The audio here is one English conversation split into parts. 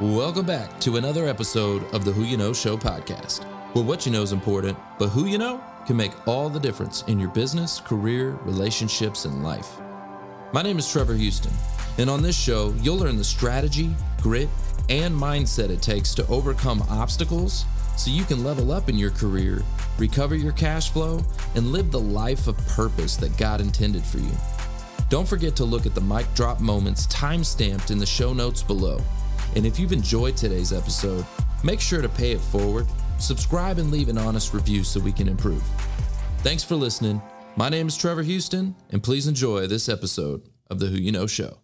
Welcome back to another episode of the Who You Know Show podcast, where what you know is important, but who you know can make all the difference in your business, career, relationships, and life. My name is Trevor Houston, and on this show, you'll learn the strategy, grit, and mindset it takes to overcome obstacles so you can level up in your career, recover your cash flow, and live the life of purpose that God intended for you. Don't forget to look at the mic drop moments time stamped in the show notes below. And if you've enjoyed today's episode, make sure to pay it forward, subscribe, and leave an honest review so we can improve. Thanks for listening. My name is Trevor Houston, and please enjoy this episode of The Who You Know Show.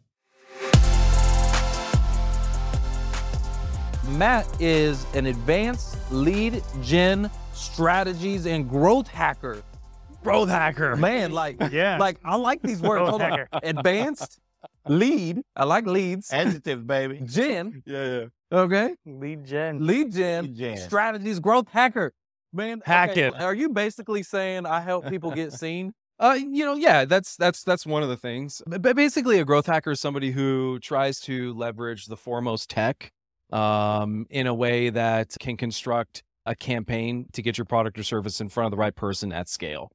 Matt is an advanced lead gen strategies and growth hacker. growth hacker. Man, like, Yeah. like I like these words. Growth Hold on. hacker. Advanced lead. I like leads. Adjectives, baby. Gen. Yeah, yeah. Okay. lead gen. Lead gen, Gen. strategies growth hacker. Man, okay, Hack it. Are you basically saying I help people get seen? Uh, you know, yeah, that's that's that's one of the things. B- But basically, a growth hacker is somebody who tries to leverage the foremost tech um, in a way that can construct a campaign to get your product or service in front of the right person at scale.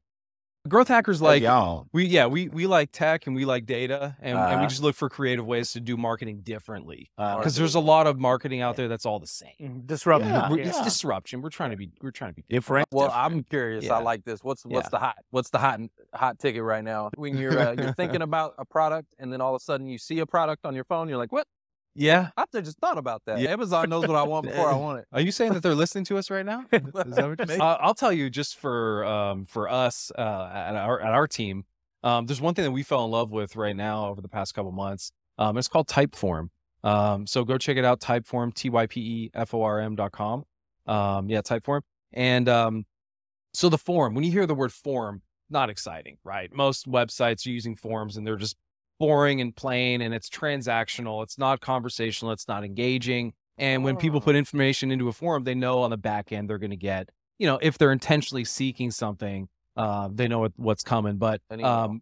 Growth hackers like y'all. we, yeah, we we like tech and we like data, and, and Uh-huh. we just look for creative ways to do marketing differently Uh, because there's a lot of marketing out there that's all the same. Disrupt. Uh, Yeah. We're- It's disruption. We're trying to be we're trying to be different. Well, I'm curious. I Yeah. like this. What's what's Yeah. the hot? What's the hot hot ticket right now? When you're uh, you're thinking about a product, and then all of a sudden you see a product on your phone, you're like, what? yeah. I just thought about that. Amazon knows what I want before I want Are you saying that they're listening to us right now? it. Is that what you're saying? Uh, I'll tell you, just for um, for us uh, at our at our team, um, there's one thing that we fell in love with right now over the past couple months. Um, it's called Typeform. Um, so go check it out, Typeform, T Y P E F O R M dot com. Um, yeah, Typeform. And um, so the form, when you hear the word form, not exciting, right? Most websites are using forms and they're just boring and plain and it's transactional. It's not conversational. It's not engaging. And when people Oh. put information into a form, they know on the back end they're going to get, you know, if they're intentionally seeking something, uh, they know what, what's coming. But An email. um,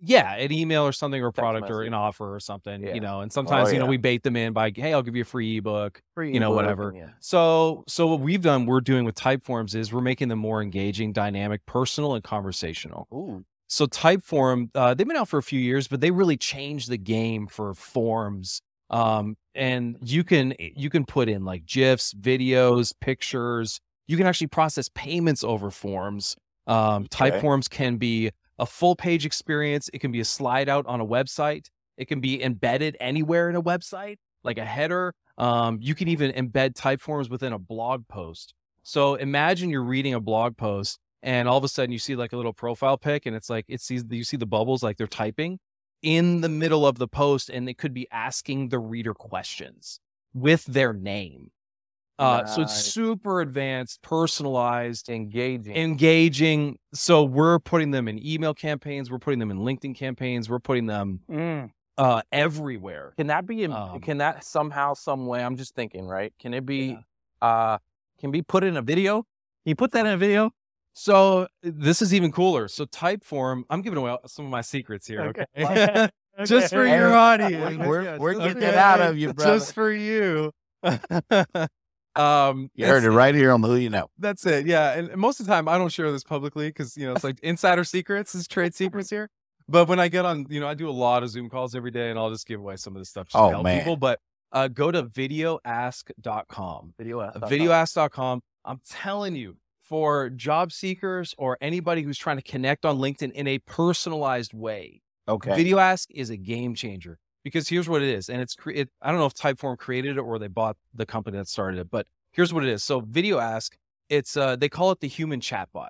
yeah, an email or something or a Text product or an message. offer or something, Yeah. you know, and sometimes, you know, yeah. we bait them in by, hey, I'll give you a free ebook. Free you know, ebook whatever. and yeah. So, so what we've done, we're doing with Typeforms is we're making them more engaging, dynamic, personal, and conversational. Ooh. So Typeform, uh, they've been out for a few years, but they really changed the game for forms. Um, and you can you can put in like GIFs, videos, pictures. You can actually process payments over forms. Um, Okay. Typeforms can be a full page experience. It can be a slide out on a website. It can be embedded anywhere in a website, like a header. Um, you can even embed Typeforms within a blog post. So imagine you're reading a blog post and all of a sudden you see like a little profile pic and it's like it sees you see the bubbles like they're typing in the middle of the post and they could be asking the reader questions with their name. Uh, So it's Nice. super advanced, personalized, engaging. engaging. So we're putting them in email campaigns, we're putting them in LinkedIn campaigns, we're putting them Mm. uh, everywhere. can that be? em- um, can that somehow, some way? I'm just thinking, right? Can it be? Yeah. Uh, can be put in a video? Can you put that in a video? So this is even cooler. So Typeform, I'm giving away some of my secrets here. Okay. okay? Just for Okay. your We're, audience. we're, we're just getting for it out you. of you, brother. Just for you. um, you heard that's- it right here on the Who You Know. That's it. Yeah, and and most of the time I don't share this publicly because you know it's like insider secrets is trade secrets here. But when I get on, you know, I do a lot of Zoom calls every day, and I'll just give away some of this stuff just Oh, to help man. people. But uh, go to videoask.com Video. app. videoask.com. I'm telling you, for job seekers or anybody who's trying to connect on LinkedIn in a personalized way, Okay. Video Ask is a game changer because here's what it is. And it's, cre- it, I don't know if Typeform created it or they bought the company that started it, but here's what it is. So, Video Ask, it's, uh, they call it the human chatbot.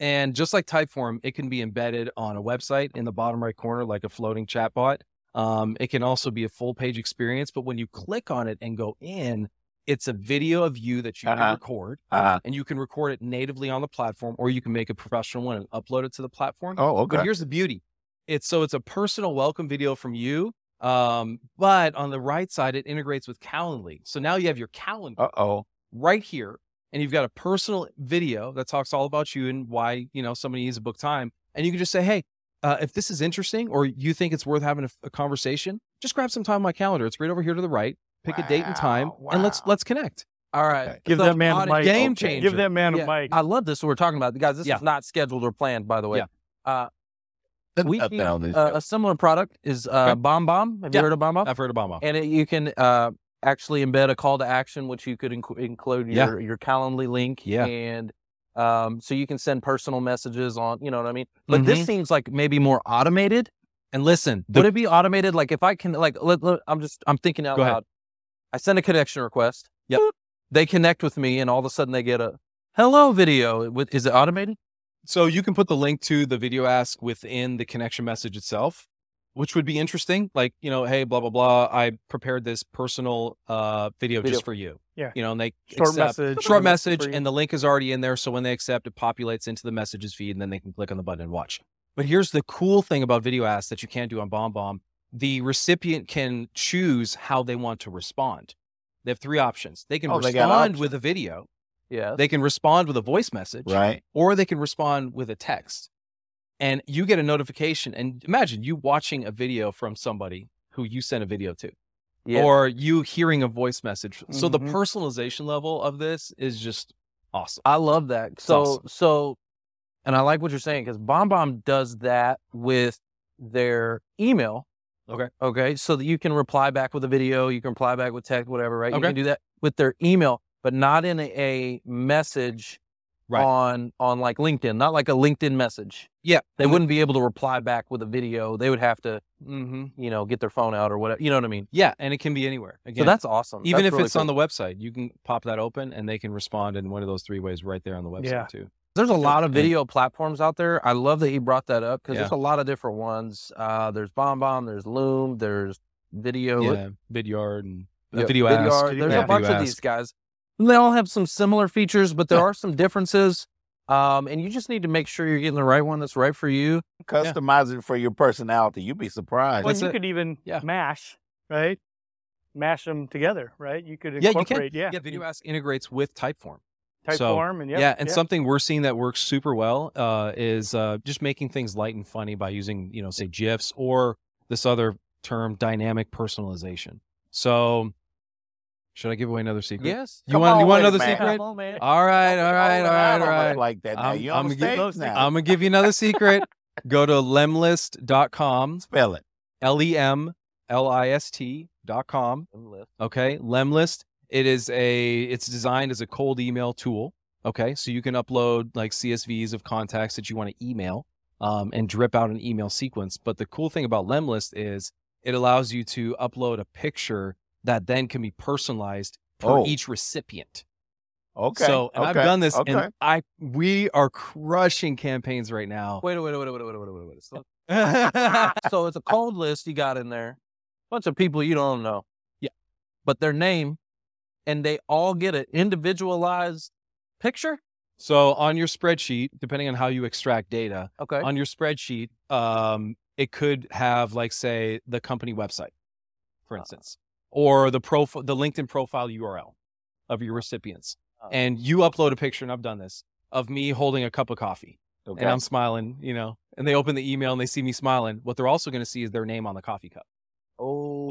And just like Typeform, it can be embedded on a website in the bottom right corner, like a floating chatbot. Um, it can also be a full page experience, but when you click on it and go in, it's a video of you that you Uh-huh. can record Uh, and you can record it natively on the platform or you can make a professional one and upload it to the platform. oh, But okay. here's the beauty. It's so it's a personal welcome video from you. Um, but on the right side, it integrates with Calendly. So now you have your calendar Uh oh. right here, and you've got a personal video that talks all about you and why you know somebody needs a book time. And you can just say, hey, uh, if this is interesting or you think it's worth having a, a conversation, just grab some time on my calendar. It's right over here to the right. pick a date and time, Wow, and let's wow. let's connect. All right. Okay. Give So that man a audio- mic. game Okay. changer. Give that man Yeah. a mic. I love this. What we're talking about, guys. This Yeah. is not scheduled or planned, by the way. Yeah. Uh, Nothing we keep, on this uh, show. a similar product is uh, Okay. Bomb Bomb. Have Yeah. you heard of Bomb Bomb? I've heard of Obama. and it, you can uh, actually embed a call to action, which you could inc- include Yeah. your your Calendly link, Yeah. and um, so you can send personal messages on. You know what I mean? But Mm-hmm. this seems like maybe more automated. And listen, Would it be automated? Like if I can, like let, let- I'm just I'm thinking out Go ahead. loud. I send a connection request. Yep. Boop. They connect with me, and all of a sudden they get a hello video. With is it automated? So you can put the link to the video ask within the connection message itself, which would be interesting. Like, you know, hey, blah blah blah. I prepared this personal uh, video, Video. just for you. Yeah. You know, and they Short accept- message. short message, Free. and the link is already in there. So when they accept, it populates into the messages feed, and then they can click on the button and watch. But here's the cool thing about video ask that you can't do on BombBomb: the recipient can choose how they want to respond. They have three options. They can Oh, they got respond options. with a video. Yeah. They can respond with a voice message right? or they can respond with a text. And you get a notification. And imagine you watching a video from somebody who you sent a video to, Yeah. or you hearing a voice message. So the Mhm. personalization level of this is just awesome. I love that. It's So awesome. so, and I like what you're saying because Bomb Bomb does that with their email. Okay. Okay. So that you can reply back with a video, you can reply back with text, whatever, right? You Okay. can do that with their email, but not in a, a message Right. on on like LinkedIn, not like a LinkedIn message. Yeah, They wouldn't be able to reply back with a video. They would have to, Mm-hmm. you know, get their phone out or whatever. You know what I mean? Yeah, and it can be anywhere. Again, So that's awesome. even That's if really it's on cool. the website, you can pop that open, and they can respond in one of those three ways right there on the website Yeah. too. There's a lot of and- video platforms out there. I love that he brought that up because Yeah. there's a lot of different ones. Uh, there's BombBomb, there's Loom, there's Video, Yeah, Vidyard and uh, yeah, Video Vidyard. Ask. Video There's Yeah, a bunch Video of these Ask. guys. And They all have some similar features, but there are some differences. Um, and you just need to make sure you're getting the right one that's right for you. Customize it for your personality. You'd be surprised. Well, What's you it? could even Yeah. mash, right? Mash them together, right? You could Yeah, you can. incorporate, yeah, Yeah, Video Ask integrates with Typeform. type So, form, and yeah, yeah, and something we're seeing that works super well uh, is uh, just making things light and funny by using, you know, say GIFs or this other term, dynamic personalization. So, should I give away another secret? Yes. You Come want on, you want wait a another minute. secret? Uh, Come on, man. All right, all right, Don't all lie right, on all us right. Like that. Now I'm- you on I'm the gonna give stage those now. I'm gonna give you another secret. Go to lemlist.com, Spell it. L E M L I S T dot com. Okay, Lemlist. It is a. It's designed as a cold email tool. Okay, so you can upload like CSVs of contacts that you want to email, um, and drip out an email sequence. But the cool thing about Lemlist is it allows you to upload a picture that then can be personalized per Oh. each recipient. Okay. So, and I've okay, done this, Okay. and I we are crushing campaigns right now. Wait, wait, wait, wait, wait, wait, wait, wait, wait. So, yeah, so it's a cold list you got in there. Bunch of people you don't know. Yeah. But their name, and they all get an individualized picture. So on your spreadsheet, depending on how you extract data, Okay. on your spreadsheet, um, it could have like say the company website, for Ah. instance, or the profile, the LinkedIn profile URL of Ah. your recipients. Uh. And you upload a picture, and I've done this of me holding a cup of coffee, okay. and I'm smiling, you know. And they open the email and they see me smiling. What they're also going to see is their name on the coffee cup, oh,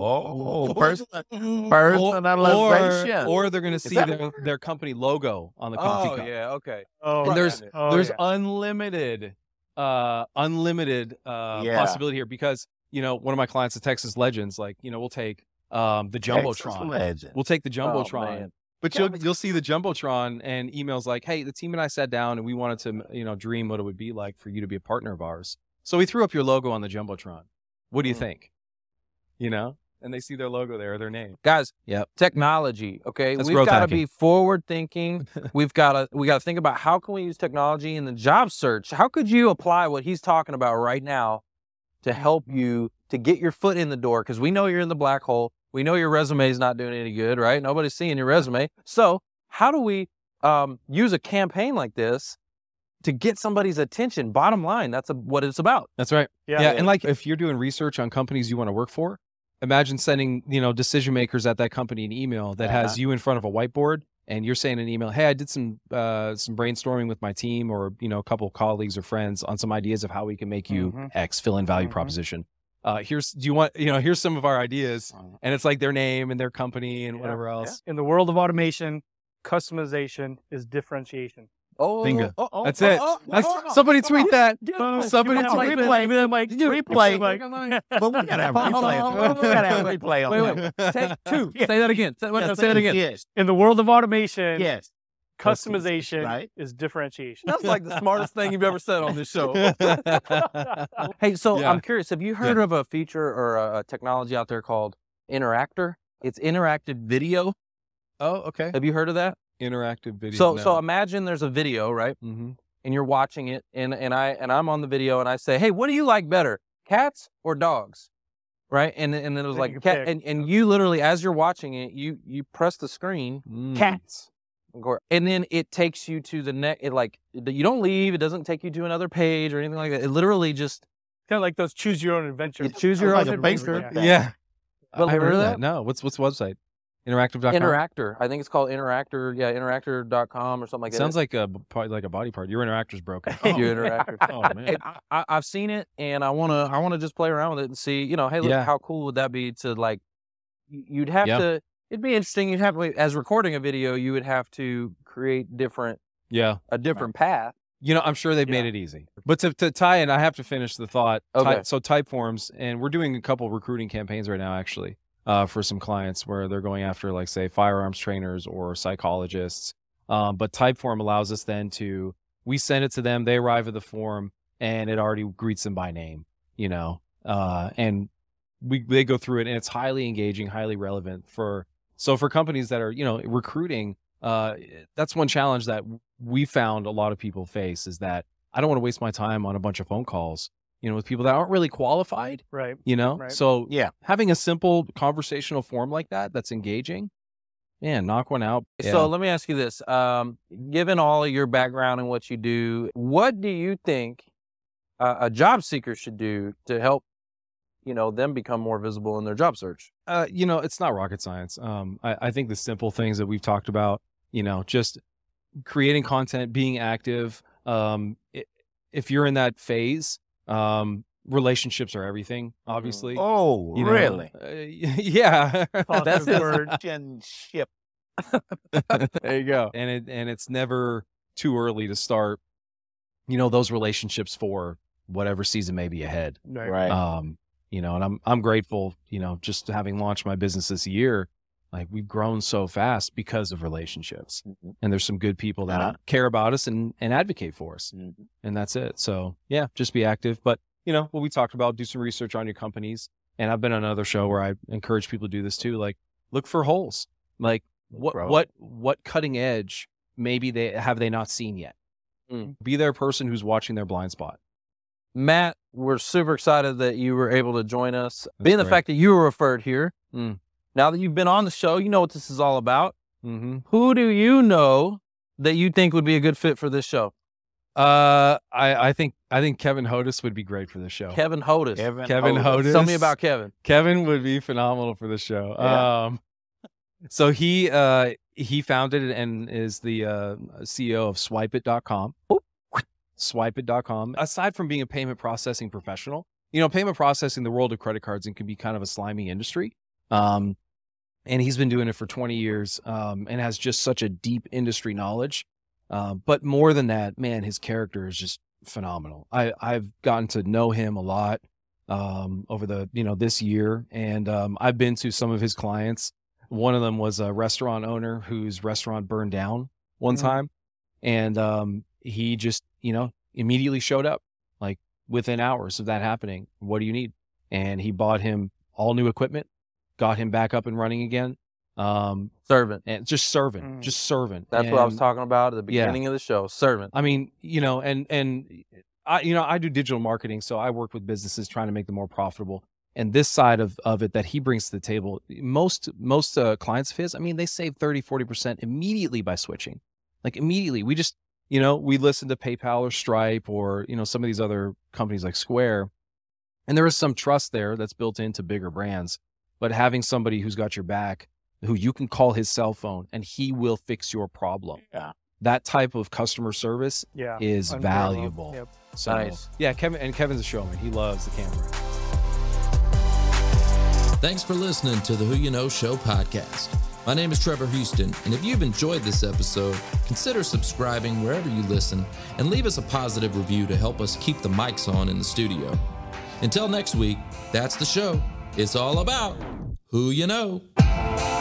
Oh, person, Or- personalization. or, or they're going to see that- their, their company logo on the coffee oh cup. yeah, okay. Oh, and there's yeah. oh, there's yeah. unlimited uh unlimited uh Yeah. possibility here because you know one of my clients at texas legends like you know we'll take um the Texas jumbotron legend. we'll take the Oh, jumbotron man. but Yeah, you'll but- you'll see the jumbotron and emails like hey the team and i sat down and we wanted to you know dream what it would be like for you to be a partner of ours so we threw up your logo on the jumbotron what do you Mm. think you know and they see their logo there their name guys Yep. technology okay That's we've growth got to hacking. be forward thinking we've got to we got to think about how can we use technology in the job search how could you apply what he's talking about right now to help you to get your foot in the door because we know you're in the black hole we know your resume is not doing any good right nobody's seeing your resume so how do we um, use a campaign like this to get somebody's attention bottom line that's a, what it's about that's right yeah, Yeah, and like if you're doing research on companies you want to work for, imagine sending you know decision makers at that company an email that has you in front of a whiteboard, and you're saying in an email, "Hey, I did some uh, some brainstorming with my team or you know a couple of colleagues or friends on some ideas of how we can make you Mhm. X fill in value Mhm. proposition." uh, here's do you want you know here's some of our ideas, and it's like their name and their company and Yeah, whatever yeah. else. In the world of automation, customization is differentiation. Oh, Bingo. oh, oh, That's oh, it. oh, That's- oh, oh. somebody tweet that. Oh, Somebody give me that tweet mic, that. Mike. Give me that mic. Dude, Replay. Mike. Mike. But we gotta have Hold on, replay. hold on on, We gotta have wait, replay on wait, that. wait. Take two. Say that again. Say, wait, Yeah, no, say it again. Yes. In the world of automation, Yes. customization Right. is differentiation. That's like the smartest thing you've ever said on this show. Hey, so Yeah. I'm curious. Have you heard of a feature or a, a technology out there called Interactor? It's interactive video. oh, okay. Have you heard of that? Interactive video. so, so imagine there's a video, right? hmm And you're watching it, and and I and I'm on the video, and I say, "Hey, what do you like better, cats or dogs?" Right? And and then it was Then like, you can cat, pick. and and you literally, as you're watching it, you you press the screen, Mm. cats. Gor- And then it takes you to the next, it like, you don't leave. It doesn't take you to another page or anything like that. It literally just, kind of like those choose your own adventure. you choose your Like own a basement. Yeah. Yeah. Yeah. I But haven't remember heard that? that. No. What's what's the website? Interactive.com. Interactor. I think it's called Interactor. Yeah, interactor.com or something It like that. sounds like a b- probably like a body part. Your interactor's broken. Your interactor. oh man. Hey, I, I, I've seen it, and I wanna I wanna just play around with it and see. You know, hey, look, Yeah. how cool would that be to like? y- You'd have Yeah. to. It'd be interesting. You'd have to, as recording a video, you would have to create different Yeah. a different path. You know, I'm sure they've made it easy. But to, to tie in, I have to finish the thought. Ty- Okay. so Typeforms, and we're doing a couple recruiting campaigns right now, actually, uh, for some clients where they're going after, like, say, firearms trainers or psychologists. Um, but Typeform allows us then to we send it to them, they arrive at the form, and it already greets them by name. You know, uh, and we they go through it, and it's highly engaging, highly relevant for so for companies that are you know recruiting. Uh, that's one challenge that we found a lot of people face is that I don't want to waste my time on a bunch of phone calls, you know, with people that aren't really qualified, Right. you know. Right. So Yeah. having a simple conversational form like that that's engaging, man, knock one out. So let me ask you this: um, Given all of your background and what you do, what do you think uh, a job seeker should do to help, you know, them become more visible in their job search? uh, you know, it's not rocket science. Um, I, I think the simple things that we've talked about, you know, just creating content, being active. Um, i if you're in that phase, um, relationships are everything, obviously. Mm. Oh, You know, really? uh, yeah. That's it. the word. Relationship. there you go. And it and it's never too early to start, you know, those relationships for whatever season may be ahead. Right. Um, you know, and I'm I'm grateful, you know, just having launched my business this year, like we've grown so fast because of relationships. Mhm. And there's some good people that Uh-huh. care about us and and advocate for us. Mhm. And that's it. So yeah, just be active. But you know, what we talked about, do some research on your companies. And I've been on another show where I encourage people to do this too. Like look for holes. Like what for holes. what what cutting edge maybe they have they not seen yet. Mm. Be their person who's watching their blind spot. Matt, we're super excited that you were able to join us. That's Being the great. fact that you were referred here, Mm. now that you've been on the show, you know what this is all about. Mm-hmm. Who do you know that you think would be a good fit for this show? Uh, I, I think I think Kevin Hodis would be great for the show. Kevin Hodis. Kevin, Oh. Kevin Hodis. Hodis. Tell me about Kevin. Kevin would be phenomenal for the show. Yeah. Um, so he uh he founded and is the uh, CEO of SwipeIt.com. SwipeIt.com. Aside from being a payment processing professional, you know, payment processing the world of credit cards and can be kind of a slimy industry. Um, and he's been doing it for 20 years um, and has just such a deep industry knowledge. Uh, but more than that, man, his character is just phenomenal. I, I've gotten to know him a lot um, over the you know this year, and um, I've been to some of his clients. One of them was a restaurant owner whose restaurant burned down one Mm. Mhm. time, and um, he just you know immediately showed up like within hours of that happening. What do you need? And he bought him all new equipment, got him back up and running again, um, Servant. and just serving, Mm. just serving. That's what I was And- talking about at the Yeah. beginning of the show. Servant. I mean, you know, and and I, you know, I do digital marketing, so I work with businesses trying to make them more profitable. And this side of of it that he brings to the table, most most uh, clients of his, I mean, they save 30, 40 percent immediately by switching, like immediately. We just, you know, we listen to PayPal or Stripe or you know some of these other companies like Square, and there is some trust there that's built into bigger brands. But having somebody who's got your back, who you can call his cell phone and he will fix your problem. Yeah. That type of customer service Yeah. is Unparalleled. valuable. Yep. So Nice. yeah, Kevin and Kevin's a showman. He loves the camera. Thanks for listening to the Who You Know Show podcast. My name is Trevor Houston, and if you've enjoyed this episode, consider subscribing wherever you listen and leave us a positive review to help us keep the mics on in the studio. Until next week, that's the show. It's all about Who You Know.